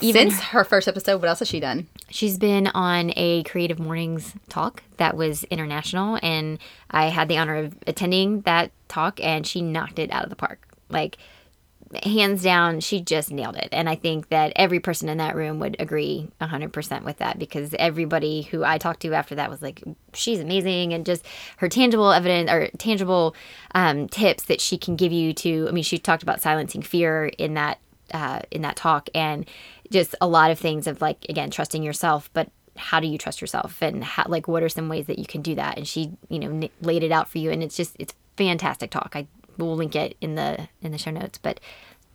even
Since her first episode, what else has she done?
She's been on a Creative Mornings talk that was international, and I had the honor of attending that talk, and she knocked it out of the park. Like, hands down, she just nailed it. And I think that every person in that room would agree 100% with that because everybody who I talked to after that was like, she's amazing. And just her tangible evidence or tangible um, tips that she can give you to, I mean, she talked about silencing fear in that. Uh, in that talk, and just a lot of things of like again trusting yourself, but how do you trust yourself, and how, like what are some ways that you can do that? And she, you know, n- laid it out for you, and it's just it's fantastic talk. I we'll link it in the in the show notes, but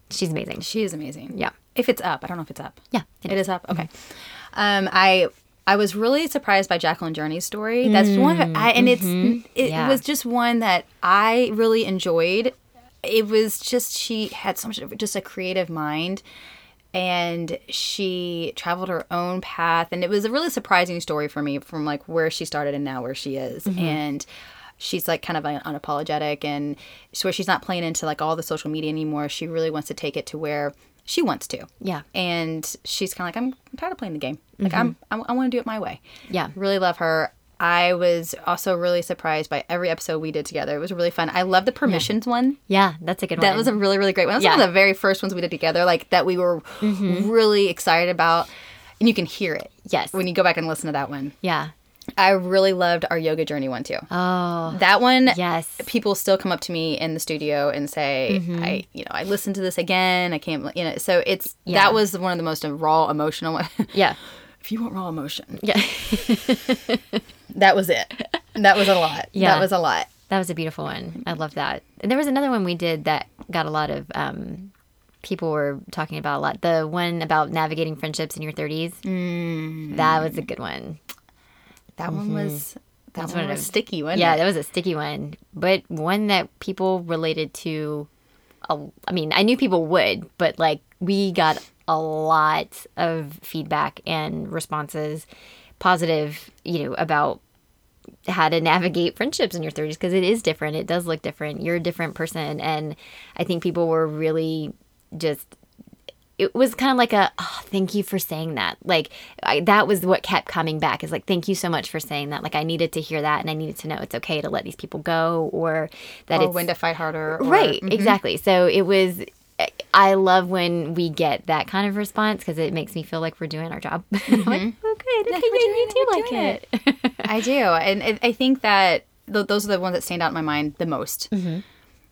she's amazing.
She is amazing.
Yeah.
If it's up, I don't know if it's up.
Yeah, it
it is. up. Okay.
Mm-hmm.
Um, I I was really surprised by Jacqueline Journey's story. That's one, of- I, and it's it
Mm-hmm. Yeah.
was just one that I really enjoyed. It was just she had so much of just a creative mind, and she traveled her own path, and it was a really surprising story for me from like where she started and now where she is,
Mm-hmm.
and she's like kind of un- unapologetic and so where she's not playing into like all the social media anymore she really wants to take it to where she wants to
Yeah.
and she's kind of like I'm, I'm tired of playing the game like I'm, I'm i want to do it my way
Mm-hmm. Yeah.
really love her i was also really surprised by every episode we did together it was really fun i love the permissions one
Yeah, that's a good one.
that was a really really great one that was one
Yeah.
of the very first ones we did together like that we were really excited about and you can hear it
Mm-hmm. Yes.
when you go back and listen to that one.
yeah.
I really loved our yoga journey one too.
Oh.
that one
Yes.
people still come up to me in the studio and say i you know i listened to this again i can't you know so it's
Yeah.
that was one of the most uh, raw emotional
Yeah.
if you want raw emotion
Yeah.
that was it that was a lot
Yeah.
that was a lot
That was a beautiful one. I love that. And there was another one we did that got a lot of um, people were talking about a lot. The one about navigating friendships in your 30s. Mm. That was a good one.
that one was that
That's
one
what it
was
is.
sticky wasn't
Yeah,
Mm-hmm. it?
that was a sticky one, but one that people related to. A, I mean, I knew people would, but like we got a lot of feedback and responses, positive, you know, about how to navigate friendships in your 30s because it is different. It does look different. You're a different person. And I think people were really just it was kind of like a oh, thank you for saying that like I, that was what kept coming back is like thank you so much for saying that like i needed to hear that and i needed to know it's okay to let these people go or that
or
it's
Oh, when to fight harder or- mm-hmm.
right exactly so it was i love when we get that kind of response because it makes me feel like we're doing our job I'm like,
Mm-hmm.
okay that's you do like it,
i do and I- i think that th- those are the ones that stand out in my mind the most
Mm-hmm.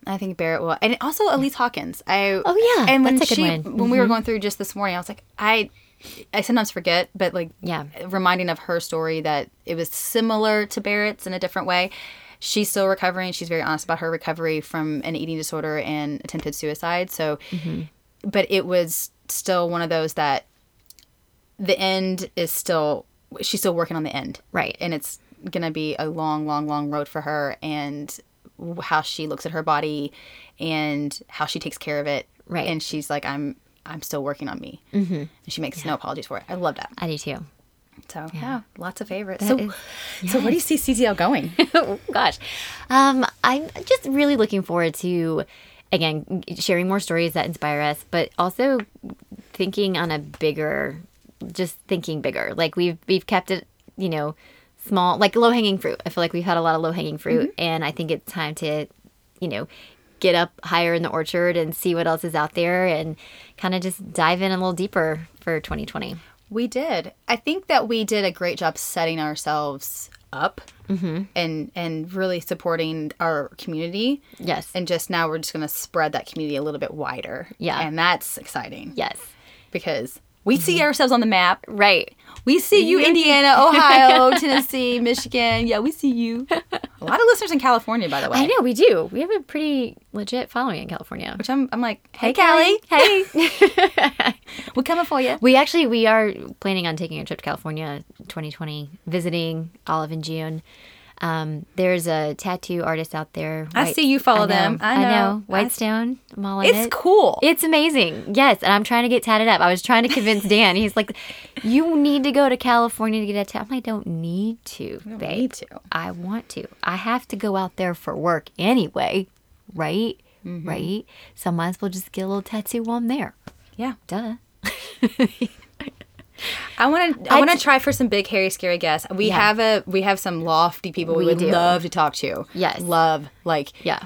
I think Barrett will, and also Elise Hawkins. I
Oh, yeah,
and when
that's a good
she
one. Mm-hmm.
when we were going through just this morning, I was like, I, I sometimes forget, but like
Yeah.
reminding of her story that it was similar to Barrett's in a different way. She's still recovering. She's very honest about her recovery from an eating disorder and attempted suicide. So,
Mm-hmm.
but it was still one of those that the end is still she's still working on the end
Right.
and it's gonna be a long long long road for her and w- how she looks at her body and how she takes care of it
Right.
and she's like i'm i'm still working on me mm-hmm. and she makes no apologies for it i love that
i do too
so yeah, lots of favorites so so where do you see ccl going
oh gosh um, i'm just really looking forward to again sharing more stories that inspire us but also thinking on a bigger just thinking bigger like we've we've kept it you know small like low hanging fruit i feel like we've had a lot of low hanging fruit and i think it's time to you know get up higher in the orchard and see what else is out there and kind of just dive in a little deeper for 2020
We did. I think that we did a great job setting ourselves up
Mm-hmm.
and and really supporting our community.
Yes.
And just now we're just going to spread that community a little bit wider.
Yeah.
And that's exciting.
yes
Because we see
Mm-hmm.
ourselves on the map.
right
We see
Mm-hmm.
you, Indiana, Ohio, Tennessee, Michigan. Yeah, we see you. A lot of listeners in California, by the way.
I know we do. We have a pretty legit following in California.
Which I'm, I'm like, hey, Callie,
Hey.
we're coming for you.
we actually we are planning on taking a trip to California 2020, visiting Olive and June. Um, there's a tattoo artist out there.
I see you follow
know,
them. I
I know.
know. I-
Whitestone. I'm all in
It's
it.
cool.
It's amazing. Yes, and I'm trying to get tatted up. I was trying to convince Dan. He's like, "You need to go to California to get a tattoo." I'm like, "I don't need to, babe.
need to.
I want to. I have to go out there for work anyway, right?
Mm-hmm.
Right. So I might as well just get a little tattoo on there.
yeah.
Duh.
I want to. I, want to try for some big, hairy, scary guests. We
Yeah.
have a. We have some lofty people we,
We
would
do.
love to talk to.
Yes.
love like
Yeah.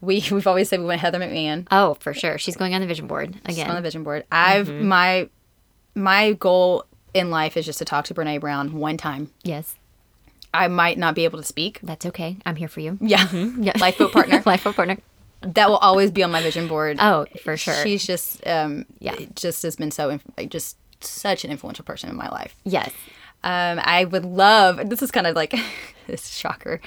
we we've always said we want Heather McMahon
Oh, for sure. She's going on the vision board again. Mm-hmm.
on the vision board. I've my my goal in life is just to talk to Brene Brown one time.
yes,
I might not be able to speak.
that's okay. I'm here for you.
Yeah,
Mm-hmm. Yeah.
lifeboat partner.
Lifeboat partner.
that will always be on my vision board.
Oh, for sure.
She's just um
Yeah.
just has been so inf- like, just such an influential person in my life.
yes.
Um, I would love. This is kind of like this is shocker.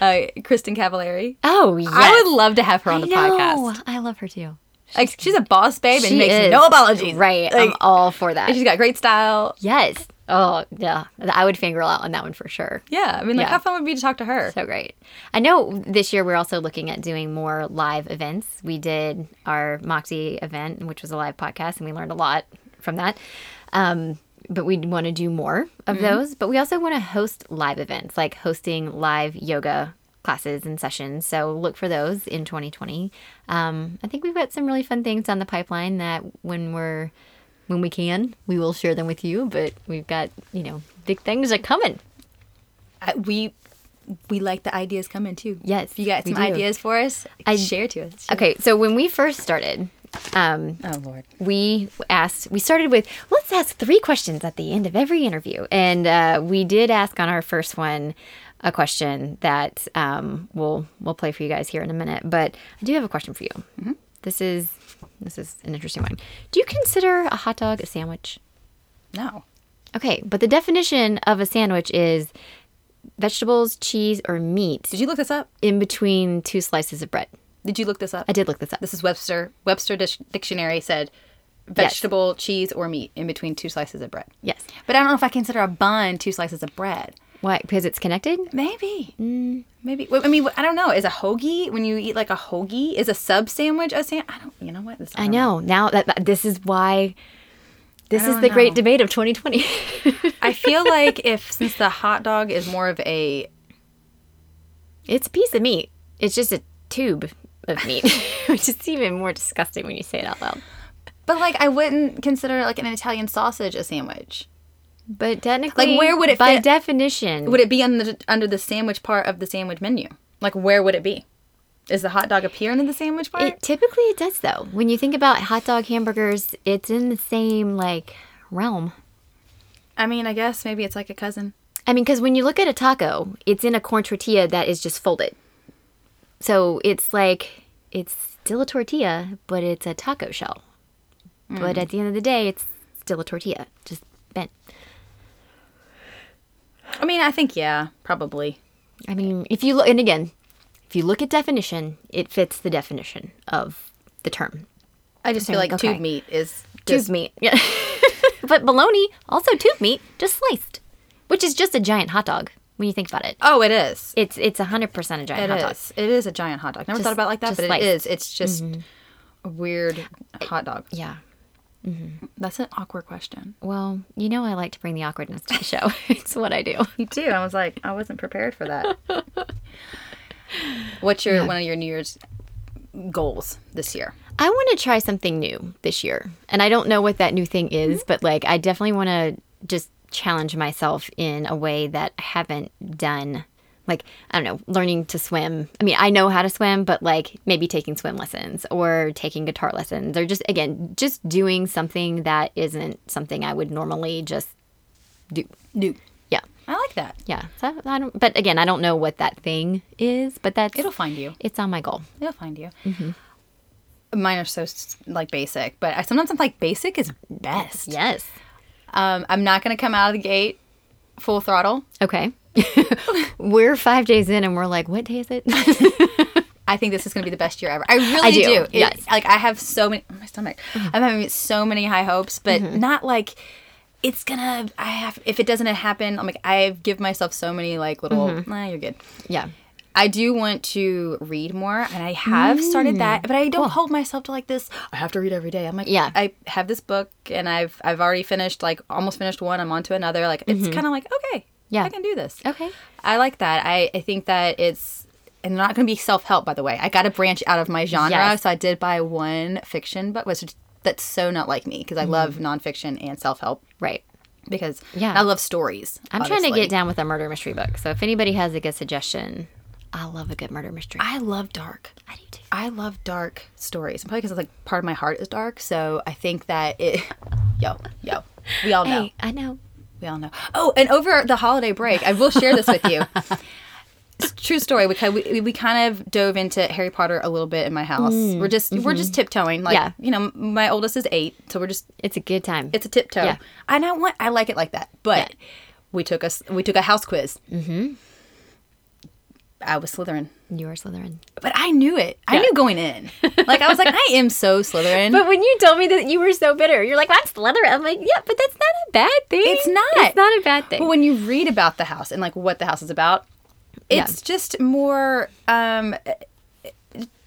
Uh, Kristen Cavallari.
Oh, yes.
I would love to have her on the
I know.
podcast.
I love her too.
Like she's a boss babe and
She
makes
is.
no apologies.
Right. I'm
Like,
all for that.
she's got great style.
Yes. Oh, yeah. I would fangirl out on that one for sure.
Yeah. I mean, like
Yeah.
how fun would it be to talk to her?
So great. I know this year we're also looking at doing more live events. We did our Moxie event, which was a live podcast, and we learned a lot from that. Um, but we want to do more of those. But we also want to host live events, like hosting live yoga classes and sessions. So look for those in 2020. Um, I think we've got some really fun things on the pipeline that when we're when we can, we will share them with you. But we've got you know big things are coming.
I, we we like the ideas coming too.
Yes,
If you got
we
some
do.
ideas for us,
I-
share to us.
Okay, so when we first started, Um,
Oh Lord.
we asked we started with let's ask three questions at the end of every interview and uh, we did ask on our first one a question that um, we'll we'll play for you guys here in a minute but i do have a question for you this is this is an interesting one do you consider a hot dog a sandwich
No.
okay but the definition of a sandwich is vegetables cheese or meat
Did you look this up?
in between two slices of bread
Did you look this up?
i did look this up
This is Webster. Webster Dish- Dictionary said vegetable, cheese, or meat in between two slices of bread.
yes
But I don't know if I consider a bun two slices of bread.
why because it's connected
Maybe. Maybe. Well, I mean, I don't know. Is a hoagie when you eat like a hoagie is a sub sandwich a sandwich? I don't. You know what? This
I know. Now that, that- this is why this
Um, I
is
don't
the great
know.
debate of 2020.
I feel like if since the hot dog is more of a
it's a piece of meat. It's just a tube of meat, which is even more disgusting when you say it out loud.
But like, I wouldn't consider like an Italian sausage a sandwich.
But technically,
where would it
by
fit?
definition?
Would it be under the, under the sandwich part of the sandwich menu? Like, where would it be? Is the hot dog appearing in the sandwich part?
It typically it does though. When you think about hot dog hamburgers, it's in the same like realm.
I mean, I guess maybe it's like a cousin.
I mean, because when you look at a taco, it's in a corn tortilla that is just folded. So it's like, it's still a tortilla, but it's a taco shell. But at the end of the day, it's still a tortilla, just bent.
I mean, I think yeah, probably.
I mean, if you look, and again, if you look at definition, it fits the definition of the term.
I just feel
like,
like
okay.
tube meat is
Tube
just
meat. Yeah. but bologna, also tube meat, just sliced, which is just a giant hot dog when you think about it.
Oh, it is.
It's it's 100% a giant
It
hot
is.
dog.
It is a giant hot dog. Never
Just-
thought about it like that,
just
but
sliced.
it is. It's just a weird hot dog.
Yeah.
That's an awkward question.
Well, you know I like to bring the awkwardness to the show. it's what I do.
You too. I was like, I wasn't prepared for that. What's your one of your New Year's goals this year?
I want to try something new this year. And I don't know what that new thing is,
Mm-hmm.
but like I definitely want to just challenge myself in a way that I haven't done. Like, I don't know, learning to swim. I mean, I know how to swim, but like maybe taking swim lessons or taking guitar lessons or just again, just doing something that isn't something I would normally just do.
New.
Yeah.
I like that.
Yeah. So I don't but again, I don't know what that thing is, but that's
It'll find you.
it's on my goal.
It'll find you. Mine are so s- like basic, but I sometimes I'm like basic is best.
Yes.
Um, I'm not gonna come out of the gate full throttle.
Okay. we're five days in and we're like, what day is it?
I think this is gonna be the best year ever. I really
do,
do.
yes.
It's, like I have so many. oh, My stomach. I'm having so many high hopes, but not like it's gonna. I have. If it doesn't happen, I'm like I give myself so many like little. Nah, you're good.
yeah.
I do want to read more, and I have started that, but I don't hold myself to like this. I have to read every day. I'm like,
Mm. Yeah.
I have this book, and I've I've already finished like almost finished one. I'm on to another. Like it's kind of like okay,
Mm-hmm. Yeah.
I can do this.
Okay.
I like that. I I think that it's and not going to be self help. By the way, I got to branch out of my genre,
Yes.
so I did buy one fiction, but was that's so not like me because I love nonfiction and self help
Right.
because
Mm. Yeah.
I love stories.
I'm trying to
obviously.
get down with a murder mystery book. So if anybody has a good suggestion, I love a good murder mystery.
I love dark.
I do too.
I love dark stories. Probably because like part of my heart is dark, so I think that it. Yo, yo, we all know,
Hey, I know.
we all know. Oh, and over the holiday break, I will share this with you. It's a True story. We, ki- we we kind of dove into Harry Potter a little bit in my house. We're just we're just tiptoeing. Like
Mm, mm-hmm. Yeah.
you know, my oldest is eight, so we're just
It's a good time.
it's a tiptoe.
Yeah.
And I want I like it like that. But we took us we took a house quiz. Mm-hmm. I was Slytherin.
you are Slytherin.
But I knew it. I knew going in. Like I was like, I am so Slytherin.
But when you told me that you were so bitter, you're like, I'm Slytherin. I'm like, yeah, but that's not a bad thing.
it's not.
It's not a bad thing.
But when you read about the house and like what the house is about, it's just more. um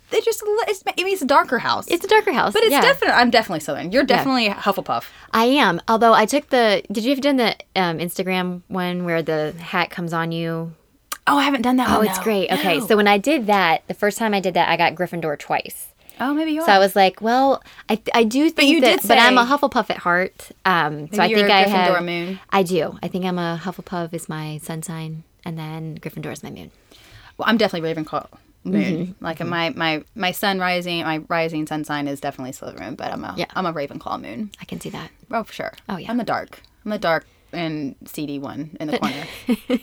It just it's, I mean, it's a darker house.
it's a darker house.
but it's
yeah.
definitely I'm definitely Slytherin. You're definitely Hufflepuff.
I am. Although I took the. Did you have done the um, Instagram one where the hat comes on you?
Oh, I haven't done that.
Oh, it's great. Okay, so when I did that, the first time I did that, I got Gryffindor twice.
oh, maybe you are.
So I was like, well, I, I do think
you
that,
did
but I'm a
say-
Hufflepuff at heart. Um, so I
Maybe
think
you're
I
a
have.
Gryffindor moon.
I do. I think I'm a Hufflepuff is my sun sign, and then Gryffindor is my moon.
well, I'm definitely Ravenclaw. moon.
Mm-hmm.
Like my my my sun rising, my rising sun sign is definitely Slytherin, but I'm a
Yeah.
am a Ravenclaw moon.
I can see that.
Oh for sure.
Oh, yeah.
I'm the dark. I'm the dark and seedy one in the corner.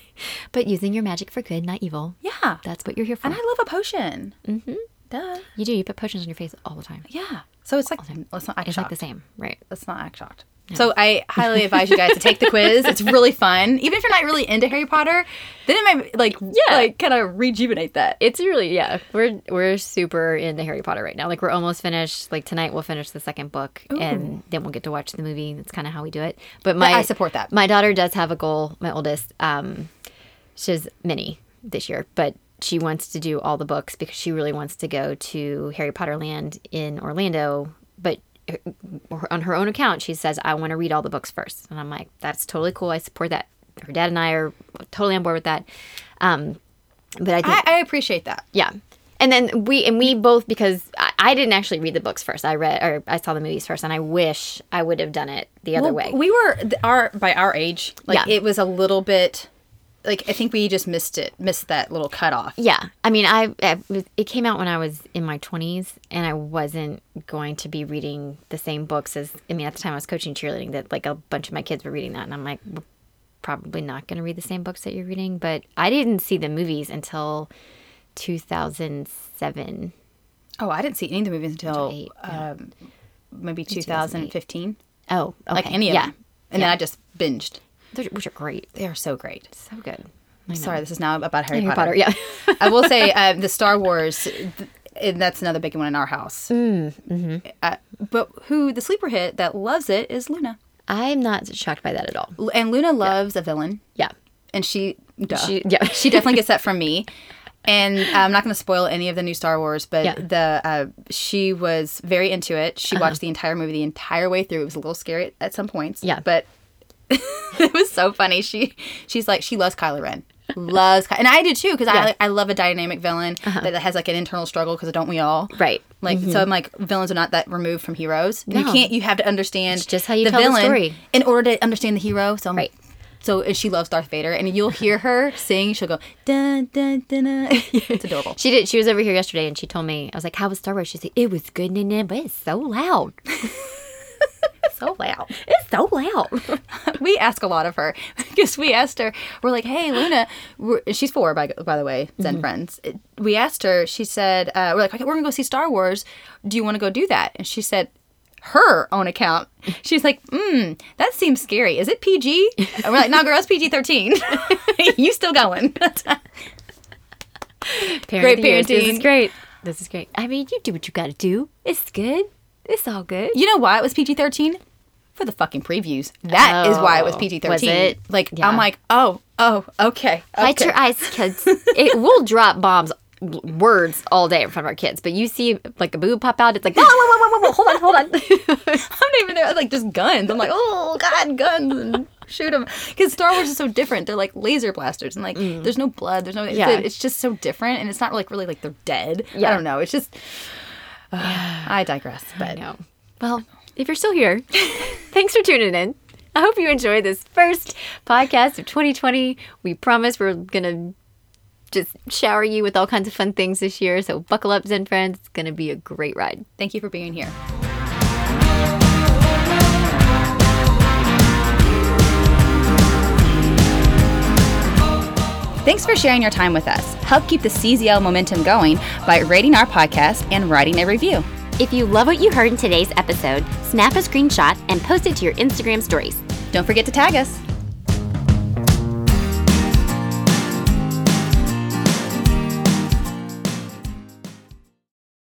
But using your magic for good, not evil.
yeah,
That's what you're here for.
and I love a potion. Mm-hmm. Duh.
you do. You put potions on your face all the time.
Yeah. So it's like let's not act
It's like
shocked.
the same, right?
Let's not act shocked. So I highly advise you guys to take the quiz. It's really fun. Even if you're not really into Harry Potter, then it might like yeah. like kind of rejuvenate that.
It's really yeah. We're we're super into Harry Potter right now. Like we're almost finished. Like tonight we'll finish the second book, and then we'll get to watch the movie. That's kind of how we do it. But my
I support that.
My daughter does have a goal. My oldest, um, she's mini this year, but she wants to do all the books because she really wants to go to Harry Potter Land in Orlando. But her- on her own account, she says, "I want to read all the books first. and I'm like, "That's totally cool. I support that." Her dad and I are totally on board with that. Um, but I think
I, I appreciate that.
yeah. And then we and we both because I, I didn't actually read the books first. I read or I saw the movies first, and I wish I would have done it the other way.
Well, We were th- our by our age, like
Yeah.
it was a little bit like I think we just missed it, missed that little cutoff.
yeah, I mean, I I- it came out when I was in my twenties, and I wasn't going to be reading the same books as I mean at the time I was coaching cheerleading that like a bunch of my kids were reading that, and I'm like we're probably not going to read the same books that you're reading. But I didn't see the movies until 2007.
Oh, I didn't see any of the movies until
Eight,
um, maybe 2015,
Oh, okay.
like any of
yeah,
them. And then I just binged.
Those- which are great,
They are so great.
so good.
Sorry, this is now about Harry,
Harry
Potter.
Potter yeah.
I will say uh, the Star Wars, th- and that's another big one in our house.
Mm, mm-hmm.
Uh, but who the sleeper hit that loves it is Luna,
I'm not shocked by that at all.
L- and Luna loves a villain,
Yeah.
and she, duh.
She, yeah.
she definitely gets that from me. And uh, I'm not going to spoil any of the new Star Wars, but
Yeah. Uh-huh.
the uh, she was very into it. She watched the entire movie the entire way through. It was a little scary at, at some points,
Yeah.
but it was so funny. She she's like she loves Kylo Ren, loves Ky- and I do too because I like, I love a dynamic villain that, that has like an internal struggle because don't we all?
Uh-huh. Right. Mm-hmm.
Like so, I'm like villains are not that removed from heroes. You
No.
can't. You have to understand
just how you tell the story.
in order to understand the hero. So I'm
Right.
so and she loves Darth Vader, and you'll hear her sing. She'll go dun dun dun. dun. it's adorable.
She did. She was over here yesterday, and she told me I was like, "How was Star Wars?" She said, "It was good, Nana, but it's so loud.
So loud.
It's so loud."
we ask a lot of her because we asked her. We're like, "Hey, Luna, we're, she's four by by the way,
Mm-hmm.
Zen friends." It- We asked her. She said, uh, "We're like, okay, we're gonna go see Star Wars. Do you want to go do that?" And she said, her own account. She's like, "Mm, that seems scary. Is it PG?" And we're like, "No, girl, it's PG thirteen. you still going?"
Parent
Great
of the year. This is
parenting.
great. This is great. I mean, you do what you got to do. It's good. It's all good.
You know why it was PG thirteen? For the fucking previews. That is why it was
Oh,
PG
was
thirteen.
it?
Like
Yeah.
I'm like, oh, oh, okay.
Bite
okay.
your eyes, kids. it will drop bombs, w- words all day in front of our kids. But you see, like a boob pop out. It's like, no, whoa, whoa, whoa, whoa, whoa, hold on, hold on.
I'm not even there. Like just guns. I'm like, oh god, guns and shoot them. Because Star Wars is so different. They're like laser blasters and like there's no blood. There's no. It's,
Mm. Yeah.
it's just so different, and it's not like really like they're dead.
Yeah.
I don't know. It's just. I digress. But
No. Well, if you're still here, thanks for tuning in. I hope you enjoyed this first podcast of 2020. We promise we're going to just shower you with all kinds of fun things this year. So buckle up, Zen friends. It's going to be a great ride.
thank you for being here. Thanks for sharing your time with us. Help keep the CZL momentum going by rating our podcast and writing a review.
If you love what you heard in today's episode, snap a screenshot and post it to your Instagram stories.
Don't forget to tag us.